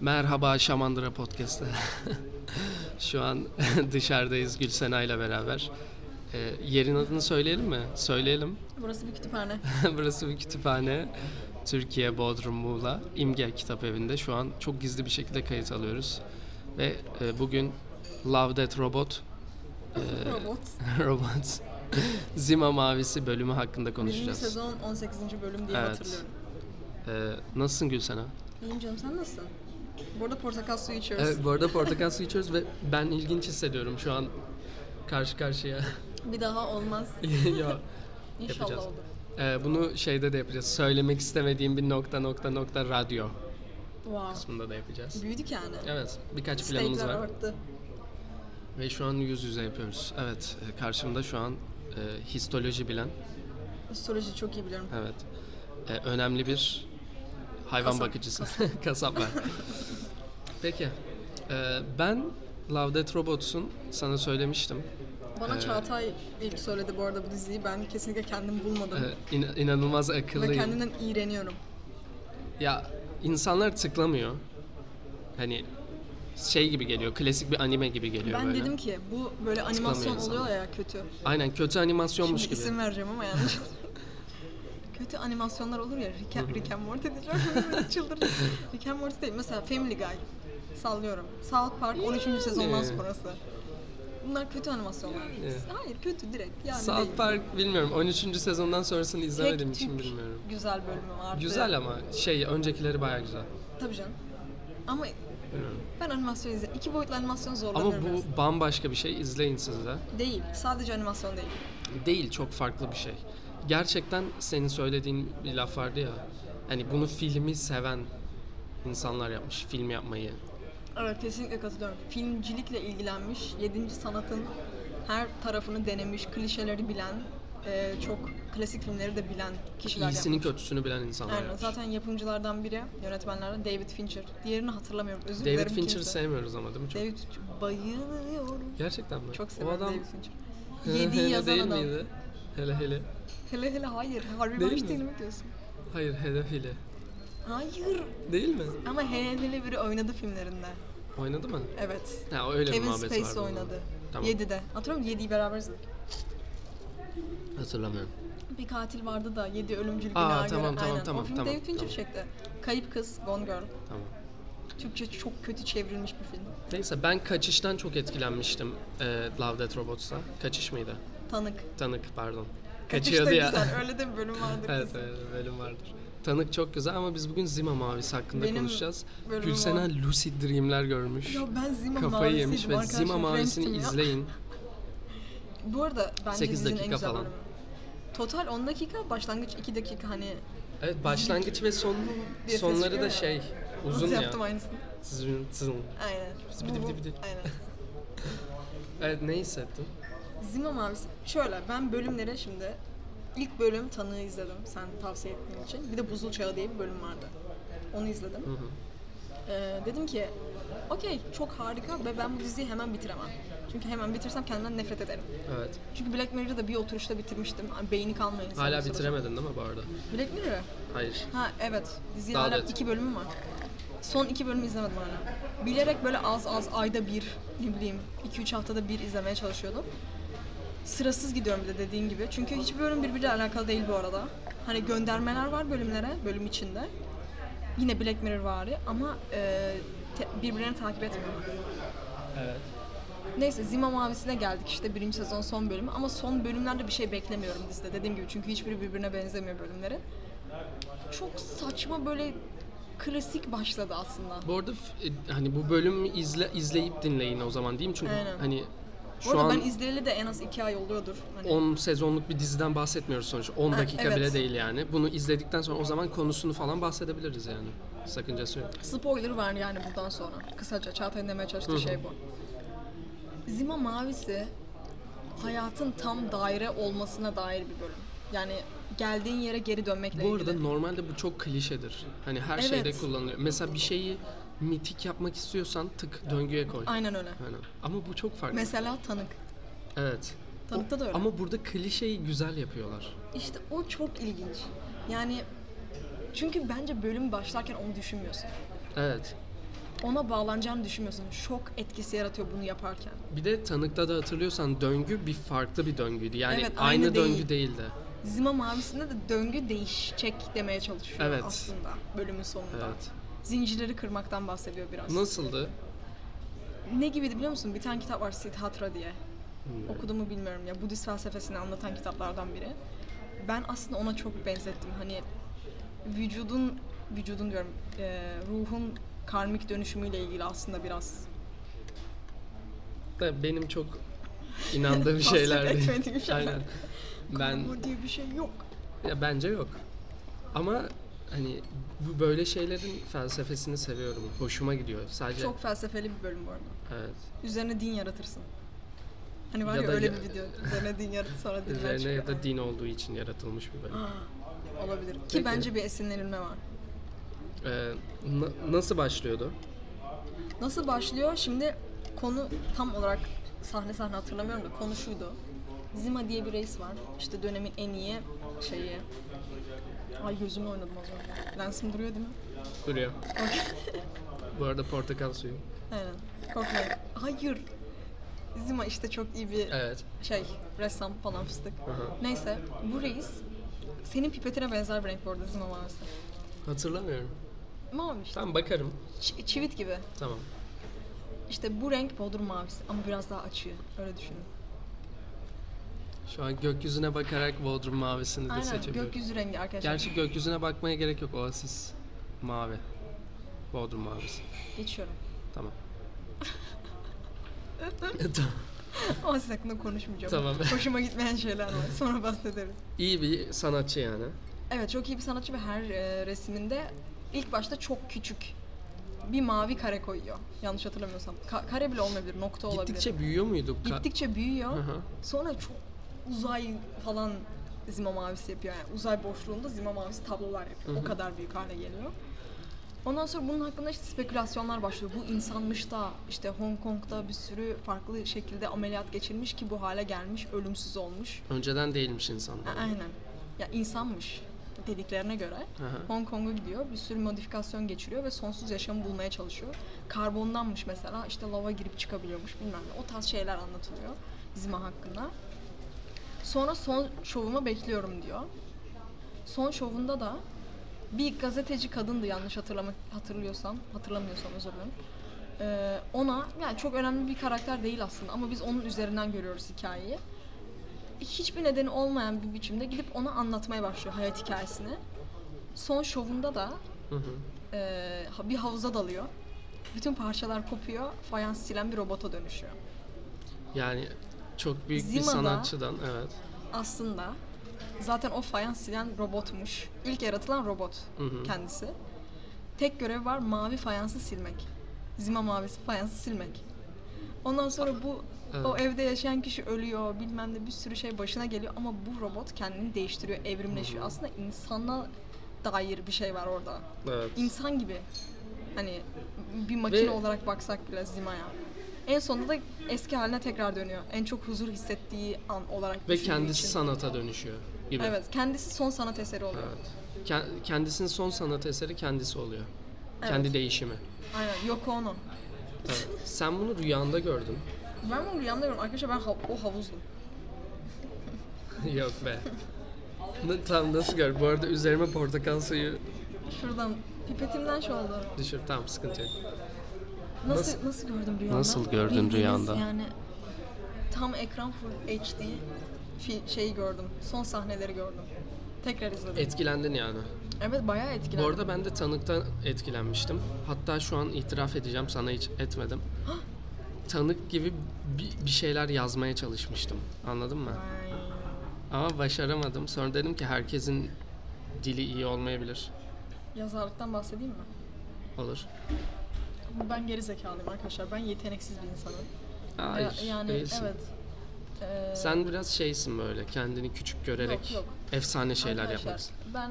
Merhaba Şamandıra Podcast'a. Şu an dışarıdayız Gülsena ile beraber. Ee, yerin adını söyleyelim mi? Söyleyelim. Burası bir kütüphane. Burası bir kütüphane. Türkiye Bodrum Muğla İmge Kitap Evi'nde şu an çok gizli bir şekilde kayıt alıyoruz. Ve e, bugün Love That Robot Ee, Robot. Robot Zima Mavisi bölümü hakkında 1. konuşacağız. sezon 18. bölüm diye Evet. hatırlıyorum. Ee, nasılsın Gülsena? İyiyim canım sen nasılsın? Burada portakal suyu içiyoruz. Evet, Ee, bu arada portakal suyu içiyoruz ve ben ilginç hissediyorum şu an karşı karşıya. Bir daha olmaz. ya İnşallah Yapacağız. olur. e, bunu şeyde de yapacağız. Söylemek istemediğim bir nokta nokta nokta radyo Wow. kısmında da yapacağız. Büyüdük yani. Evet, birkaç planımız Stake'ler var arttı. ve şu an yüz yüze yapıyoruz. Evet, e, karşımda şu an e, histoloji bilen, Astroloji çok iyi biliyorum. evet, e, önemli bir hayvan Kasap, bakıcısı, kasap var. Peki, e, ben Love Death Robots'un sana söylemiştim. Bana Ee, Çağatay ilk söyledi bu arada bu diziyi. Ben kesinlikle kendim E, bulmadım. in- inanılmaz Ve akıllıyım. kendimden iğreniyorum. Ya insanlar tıklamıyor. Hani şey gibi geliyor, klasik bir anime gibi geliyor ben böyle. dedim ki bu böyle animasyon insanlar. oluyor ya kötü. Aynen kötü animasyonmuş Şimdi gibi. isim vereceğim ama yanlış. Kötü animasyonlar olur ya Rick, and- Rick and Morty diyeceğim. Çıldırdım. Rick and Morty değil. Mesela Family Guy. Sallıyorum. South Park 13. sezondan Yani. sonrası. Bunlar kötü animasyonlar. Yani. Hayır kötü direkt. Yani değil. South Park bilmiyorum. 13. sezondan sonrasını Tek izlemediğim için tük bilmiyorum. Güzel bölümü vardı. Güzel ama şey öncekileri baya güzel. Tabii canım. Ama Bilmiyorum. ben animasyon izledim. İki boyutlu animasyon Ama zorlanıyorum biraz. bu bambaşka bir şey. İzleyin siz de. Değil. Sadece animasyon değil. Değil çok farklı bir şey. Gerçekten senin söylediğin bir laf vardı ya. Hani bunu filmi seven insanlar yapmış. Film yapmayı. Evet kesinlikle katılıyorum. Filmcilikle ilgilenmiş, yedinci sanatın her tarafını denemiş, klişeleri bilen, e, çok klasik filmleri de bilen kişiler İyisini yapmış. kötüsünü bilen insanlar Aynen, yapmış. zaten yapımcılardan biri, yönetmenlerden David Fincher. Diğerini hatırlamıyorum, özür dilerim. David Fincher'ı kimse. sevmiyoruz ama değil mi çok? David Fincher, bayılıyorum. Gerçekten mi? Çok o seviyorum adam David Fincher. hele Yediği hele yazan değil adam. miydi? Hele hele. Hele hele hayır, Harvey Değil mi? Weinstein'i mi diyorsun? Hayır hele hele. Hayır, Değil mi? ama hele hele biri oynadı filmlerinde. Oynadı mı? Evet. Ha öyle bir Kevin muhabbet var. Spacey bunun. oynadı. Tamam. 7'de. Hatırlıyor musun? 7'yi beraber izledik. Hatırlamıyorum. Bir katil vardı da yedi ölümcül Aa, günaha tamam, göre. tamam, Aynen. tamam, o film tamam, David Fincher tamam. çekti. Kayıp Kız, Gone Girl. Tamam. Türkçe çok kötü çevrilmiş bir film. Neyse ben kaçıştan çok etkilenmiştim e, Love Death Robots'ta. Kaçış mıydı? Tanık. Tanık pardon. Kaçış Kaçıyordu da ya. Güzel. Öyle de bir bölüm vardır evet kesin. evet bölüm vardır. Tanık çok güzel ama biz bugün Zima Mavisi hakkında Benim konuşacağız. bölümüm Gülsena o. Lucid Dream'ler görmüş. Ya ben Zima Kafayı Mavisi'ydim yemiş ve arkadaşlar, Zima Mavisi'ni Friends'tim ya. izleyin. Bu arada bence Sekiz dizinin en dakika güzel falan. bölümü. Total 10 dakika, başlangıç 2 dakika hani Evet başlangıç ve son Diye ses sonları çıkıyor da ya. şey uzun nasıl ya. yaptım aynısını? Sizin, sizin. Aynen. Bidi bidi Bu- bu- bidi. Aynen. Evet ne hissettin? Zima Mavisi. Şöyle ben bölümlere şimdi ilk bölüm tanığı izledim sen tavsiye ettiğin için. Bir de Buzul Çağı diye bir bölüm vardı. Onu izledim. Hı hı. Ee, dedim ki okey çok harika ve ben bu diziyi hemen bitiremem. Çünkü hemen bitirsem kendimden nefret ederim. Evet. Çünkü Black Mirror'ı da bir oturuşta bitirmiştim. Ay, Beyni kalmıyor insanın Hala sonrasında. bitiremedin değil mi bu arada? Black Mirror'ı? Hayır. Ha evet. Dizi Daha hala da et. iki bölümü var. Son iki bölümü izlemedim hala. Bilerek böyle az az ayda bir, ne bileyim iki üç haftada bir izlemeye çalışıyordum. Sırasız gidiyorum bir de dediğin gibi. Çünkü hiçbir bölüm birbiriyle alakalı değil bu arada. Hani göndermeler var bölümlere, bölüm içinde. Yine Black Mirror vari ama e, te- birbirlerini takip etmiyorlar. Evet. Neyse Zima Mavisi'ne geldik işte birinci sezon son bölümü ama son bölümlerde bir şey beklemiyorum dizide dediğim gibi çünkü hiçbiri birbirine benzemiyor bölümleri. Çok saçma böyle klasik başladı aslında. Bu arada f- e, hani bu bölümü izle, izleyip dinleyin o zaman diyeyim çünkü Aynen. hani Bu şu arada an ben izleyeli de en az iki ay oluyordur. Hani 10 sezonluk bir diziden bahsetmiyoruz sonuç. 10 Ha, dakika evet. bile değil yani. Bunu izledikten sonra o zaman konusunu falan bahsedebiliriz yani. Sakıncası yok. Spoiler var yani buradan sonra. Kısaca Çağatay'ın demeye çalıştığı şey bu. Zima Mavisi hayatın tam daire olmasına dair bir bölüm. Yani geldiğin yere geri dönmekle Bu ilgili. arada normalde bu çok klişedir. Hani her Evet. şeyde kullanılıyor. Mesela bir şeyi mitik yapmak istiyorsan tık döngüye koy. Aynen öyle. Aynen. Ama bu çok farklı. Mesela tanık. evet. Tanıkta da öyle. Ama burada klişeyi güzel yapıyorlar. İşte o çok ilginç. Yani çünkü bence bölüm başlarken onu düşünmüyorsun. Evet. ona bağlanacağını düşünmüyorsun. Şok etkisi yaratıyor bunu yaparken. Bir de tanıkta da hatırlıyorsan döngü bir farklı bir döngüydü. Yani Evet, aynı, aynı değil. döngü değildi. Zima Mavisi'nde de döngü değişecek demeye çalışıyor Evet. aslında bölümün sonunda. Evet. Zincirleri kırmaktan bahsediyor biraz. Nasıldı? Ne gibiydi biliyor musun? Bir tane kitap var Siddhartha diye. Hmm. Okudum mu bilmiyorum ya. Budist felsefesini anlatan kitaplardan biri. Ben aslında ona çok benzettim. Hani vücudun, vücudun diyorum, e, ruhun karmik dönüşümüyle ilgili aslında biraz Da benim çok inandığım Tasvip şeylerdi. etmediğim şeyler. Aynen. Ben "Bu diye bir şey yok. ya bence yok. Ama hani bu böyle şeylerin felsefesini seviyorum. Hoşuma gidiyor. Sadece Çok felsefeli bir bölüm bu arada. evet. Üzerine din yaratırsın. Hani var Ya ya, da öyle ya- bir video. Üzerine din yaratır sonra dinler Üzerine çıkıyor. ya da din olduğu için yaratılmış bir bölüm. Olabilir. Ki Peki. bence bir esinlenilme var. Ee, na- nasıl başlıyordu? Nasıl başlıyor? Şimdi konu tam olarak sahne sahne hatırlamıyorum da konu şuydu. Zima diye bir reis var. İşte dönemin en iyi şeyi. Ay gözümü oynadım o zaman. Lensim duruyor değil mi? Duruyor. Bu arada portakal suyu. Aynen. Korkmayın. Hayır. Zima işte çok iyi bir Evet. şey ressam falan fıstık. Aha. Neyse bu reis senin pipetine benzer bir renk bu arada Zima mavisi. Hatırlamıyorum. Mavi işte. Tamam bakarım. Ç- çivit gibi. Tamam. İşte bu renk Bodrum mavisi ama biraz daha açıyor. Öyle düşünün. Şu an gökyüzüne bakarak Bodrum mavisini de Aynen seçebilirim. gökyüzü rengi arkadaşlar. Gerçi gökyüzüne bakmaya gerek yok. Oasis mavi. Bodrum mavisi. Geçiyorum. Tamam. tamam. Ama siz hakkında konuşmayacağım. Tamam. Hoşuma gitmeyen şeyler var. Sonra bahsederiz. İyi bir sanatçı yani. Evet çok iyi bir sanatçı ve her e, resiminde ilk başta çok küçük bir mavi kare koyuyor. Yanlış hatırlamıyorsam. Ka- kare bile olmayabilir, nokta olabilir. Gittikçe büyüyor muydu? Ka- Gittikçe büyüyor. Hı hı. Sonra çok uzay falan zima mavisi yapıyor. Yani uzay boşluğunda zima mavisi tablolar yapıyor. O kadar büyük hale geliyor. Ondan sonra bunun hakkında işte spekülasyonlar başlıyor. Bu insanmış da işte Hong Kong'da bir sürü farklı şekilde ameliyat geçirmiş ki bu hale gelmiş, ölümsüz olmuş. Önceden değilmiş insanlar. A- Aynen. Ya insanmış dediklerine göre Hı hı. Hong Kong'a gidiyor. Bir sürü modifikasyon geçiriyor ve sonsuz yaşamı bulmaya çalışıyor. Karbondanmış mesela işte lava girip çıkabiliyormuş bilmem ne. O tarz şeyler anlatılıyor Zima hakkında. Sonra son şovuma bekliyorum diyor. Son şovunda da bir gazeteci kadındı yanlış hatırlamak hatırlıyorsam, hatırlamıyorsam özür dilerim. Ee, ona yani çok önemli bir karakter değil aslında ama biz onun üzerinden görüyoruz hikayeyi hiçbir nedeni olmayan bir biçimde gidip ona anlatmaya başlıyor hayat hikayesini. Son şovunda da Hı hı. eee, ha- bir havuza dalıyor. Bütün parçalar kopuyor, fayans silen bir robota dönüşüyor. Yani çok büyük bir Zima'da- sanatçıdan evet. Aslında zaten o fayans silen robotmuş. İlk yaratılan robot hı. kendisi. Tek görevi var mavi fayansı silmek. Zima mavisi fayansı silmek. Ondan sonra bu o Evet. evde yaşayan kişi ölüyor, bilmem ne bir sürü şey başına geliyor ama bu robot kendini değiştiriyor, evrimleşiyor. Aslında insana dair bir şey var orada. Evet. İnsan gibi. Hani bir makine Ve- olarak baksak bile Zima'ya. En sonunda da eski haline tekrar dönüyor. En çok huzur hissettiği an olarak Ve düşündüğü kendisi için. sanata dönüşüyor gibi. Evet, kendisi son sanat eseri oluyor. Evet. Ke- kendisinin son sanat eseri kendisi oluyor. Kendi değişimi. Aynen, Yoko Ono. Evet. Sen bunu rüyanda gördün. Ben bunu rüyamda görüyorum. Arkadaşlar ben hav- o havuzdum. Yok be. Na- Tam nasıl gör? Bu arada üzerime portakal suyu Şuradan, pipetimden şu oldu. düşür. Tamam sıkıntı yok. Nasıl, nasıl, gördüm rüyanda? Nasıl gördün Bildiğiniz rüyanda? Yani tam ekran full HD fi- şeyi gördüm. Son sahneleri gördüm. Tekrar izledim. Etkilendin yani. evet bayağı Bu etkilendim. arada ben de tanıktan etkilenmiştim. Hatta şu an itiraf edeceğim sana hiç etmedim. Tanık gibi bi- bir şeyler yazmaya çalışmıştım. Anladın mı? Ay. Ama başaramadım. Sonra dedim ki herkesin dili iyi olmayabilir. Yazarlıktan bahsedeyim mi? Olur. Ben geri zekalıyım arkadaşlar. Ben yeteneksiz bir insanım. Hayır, Ya- yani değilsin. evet. Ee, Sen biraz şeysin böyle kendini küçük görerek yok. efsane şeyler arkadaşlar, yapmak. Ben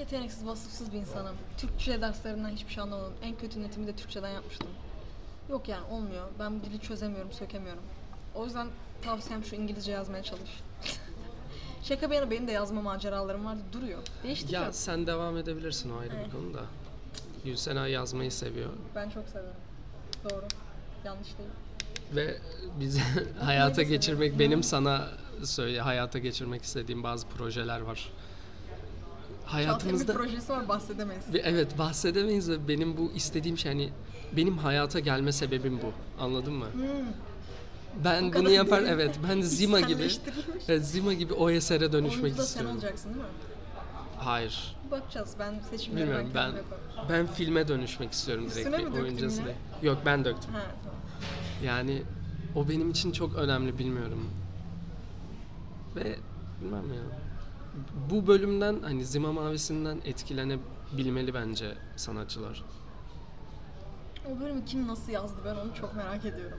yeteneksiz, vasıfsız bir insanım. Türkçe derslerinden hiçbir şey anlamadım. En kötü netimi de Türkçeden yapmıştım. Yok yani olmuyor. Ben bu dili çözemiyorum, sökemiyorum. O yüzden tavsiyem şu İngilizce yazmaya çalış. Şaka bir yana benim de yazma maceralarım vardı. Duruyor. Değişti Ya biraz. sen devam edebilirsin o ayrı bir konu da. Gülsena yazmayı seviyor. Ben çok seviyorum. Doğru. Yanlış değil. Ve bizi hayata geçirmek, benim sana söyle hayata geçirmek istediğim bazı projeler var. Hayatımızda... Hayatımızda bir projesi var bahsedemeyiz. Ve evet bahsedemeyiz ve benim bu istediğim şey hani benim hayata gelme sebebim bu. Anladın mı? Ben kadar bunu yapar derin. evet ben Zima gibi İçselleştirilmiş. evet, Zima gibi o esere dönüşmek Oyuncu da sen istiyorum. olacaksın değil mi? Hayır. Bakacağız. Ben seçimleri Bilmiyorum ben kendim yaparım. ben filme dönüşmek istiyorum direkt Üstüne mi bir döktün oyuncusu yine? değil. Yok ben döktüm. Ha, tamam. Yani o benim için çok önemli bilmiyorum. Ve bilmem ya. Bu bölümden hani Zima Mavisi'nden etkilenebilmeli bence sanatçılar. O bölümü kim nasıl yazdı ben onu çok merak ediyorum.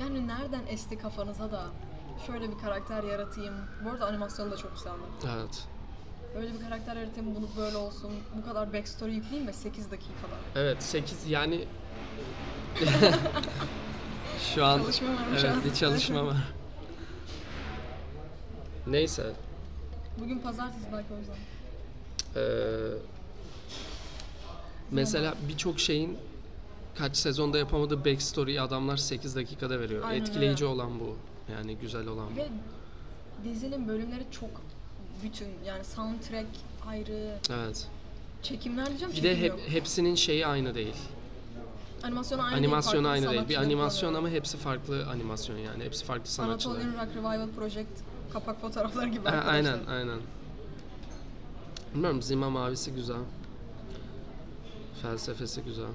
Yani nereden esti kafanıza da şöyle bir karakter yaratayım. Bu arada animasyonu da çok güzeldi. Evet. Böyle bir karakter yaratayım, bunu böyle olsun, bu kadar backstory yükleyeyim ve 8 dakikada. Evet 8 yani şu an Çalışma varmış evet, aslında. bir çalışma var. Neyse Bugün pazartesi belki o yüzden. eee, Ee, mesela birçok şeyin kaç sezonda yapamadığı backstory'yi adamlar 8 dakikada veriyor. Aynen Etkileyici öyle. olan bu. Yani güzel olan bu. Ve dizinin bölümleri çok bütün yani soundtrack ayrı, Evet. çekimler şey diyeceğim Bir çekim de hep, yok. hepsinin şeyi aynı değil. Animasyon aynı animasyonu değil, aynı farklı değil. Bir sanatçıları animasyon kullanıyor. ama hepsi farklı animasyon yani. Hepsi farklı sanatçılar. Anatolian Rock Revival Project kapak fotoğrafları gibi A- arkadaşlar. aynen aynen. Bilmiyorum Zima mavisi güzel. Felsefesi güzel.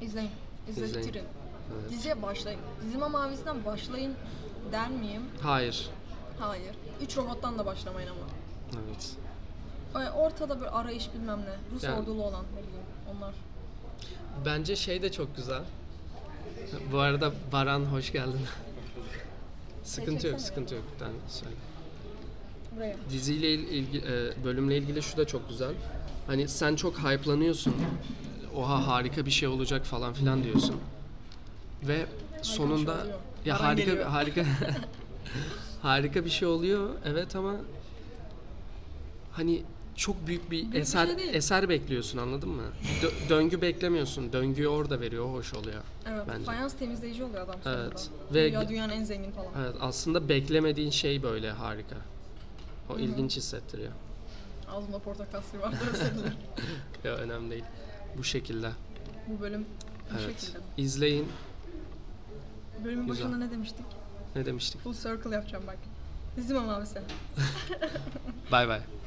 İzleyin. İzleyin. İzleyin. bitirin. Evet. Diziye başlayın. Dizime mavisinden başlayın der miyim? Hayır. Hayır. Üç robottan da başlamayın ama. Evet. Ay, Ortada bir arayış bilmem ne. Rus Yani- ordulu olan ne bileyim onlar. Bence şey de çok güzel. Bu arada Baran hoş geldin. sıkıntı yok, çeksene. sıkıntı yok. Ben söyle. Buraya. Diziyle ilgili, bölümle ilgili şu da çok güzel. Hani sen çok hype'lanıyorsun. Oha harika bir şey olacak falan filan diyorsun. Ve sonunda şey oluyor. ya Baran harika geliyor. harika harika bir şey oluyor. Evet ama hani çok büyük bir bir eser şey değil. eser bekliyorsun anladın mı? Dö- döngü beklemiyorsun. Döngüyü orada veriyor. o Hoş oluyor. Evet. Bence. Fayans temizleyici oluyor adam sonunda. Evet. Ve- Ve Dünya dünyanın en zengin falan. Evet aslında beklemediğin şey böyle harika. O ilginç hissettiriyor. Ağzımda portakal suyu vardı özlediler. Ya önemli değil. Bu şekilde. Bu bölüm bu Evet. şekilde. İzleyin. Bölümün Güzel. başında ne demiştik? Ne demiştik? Full circle yapacağım bak. Dizime mavisi. Bay bay.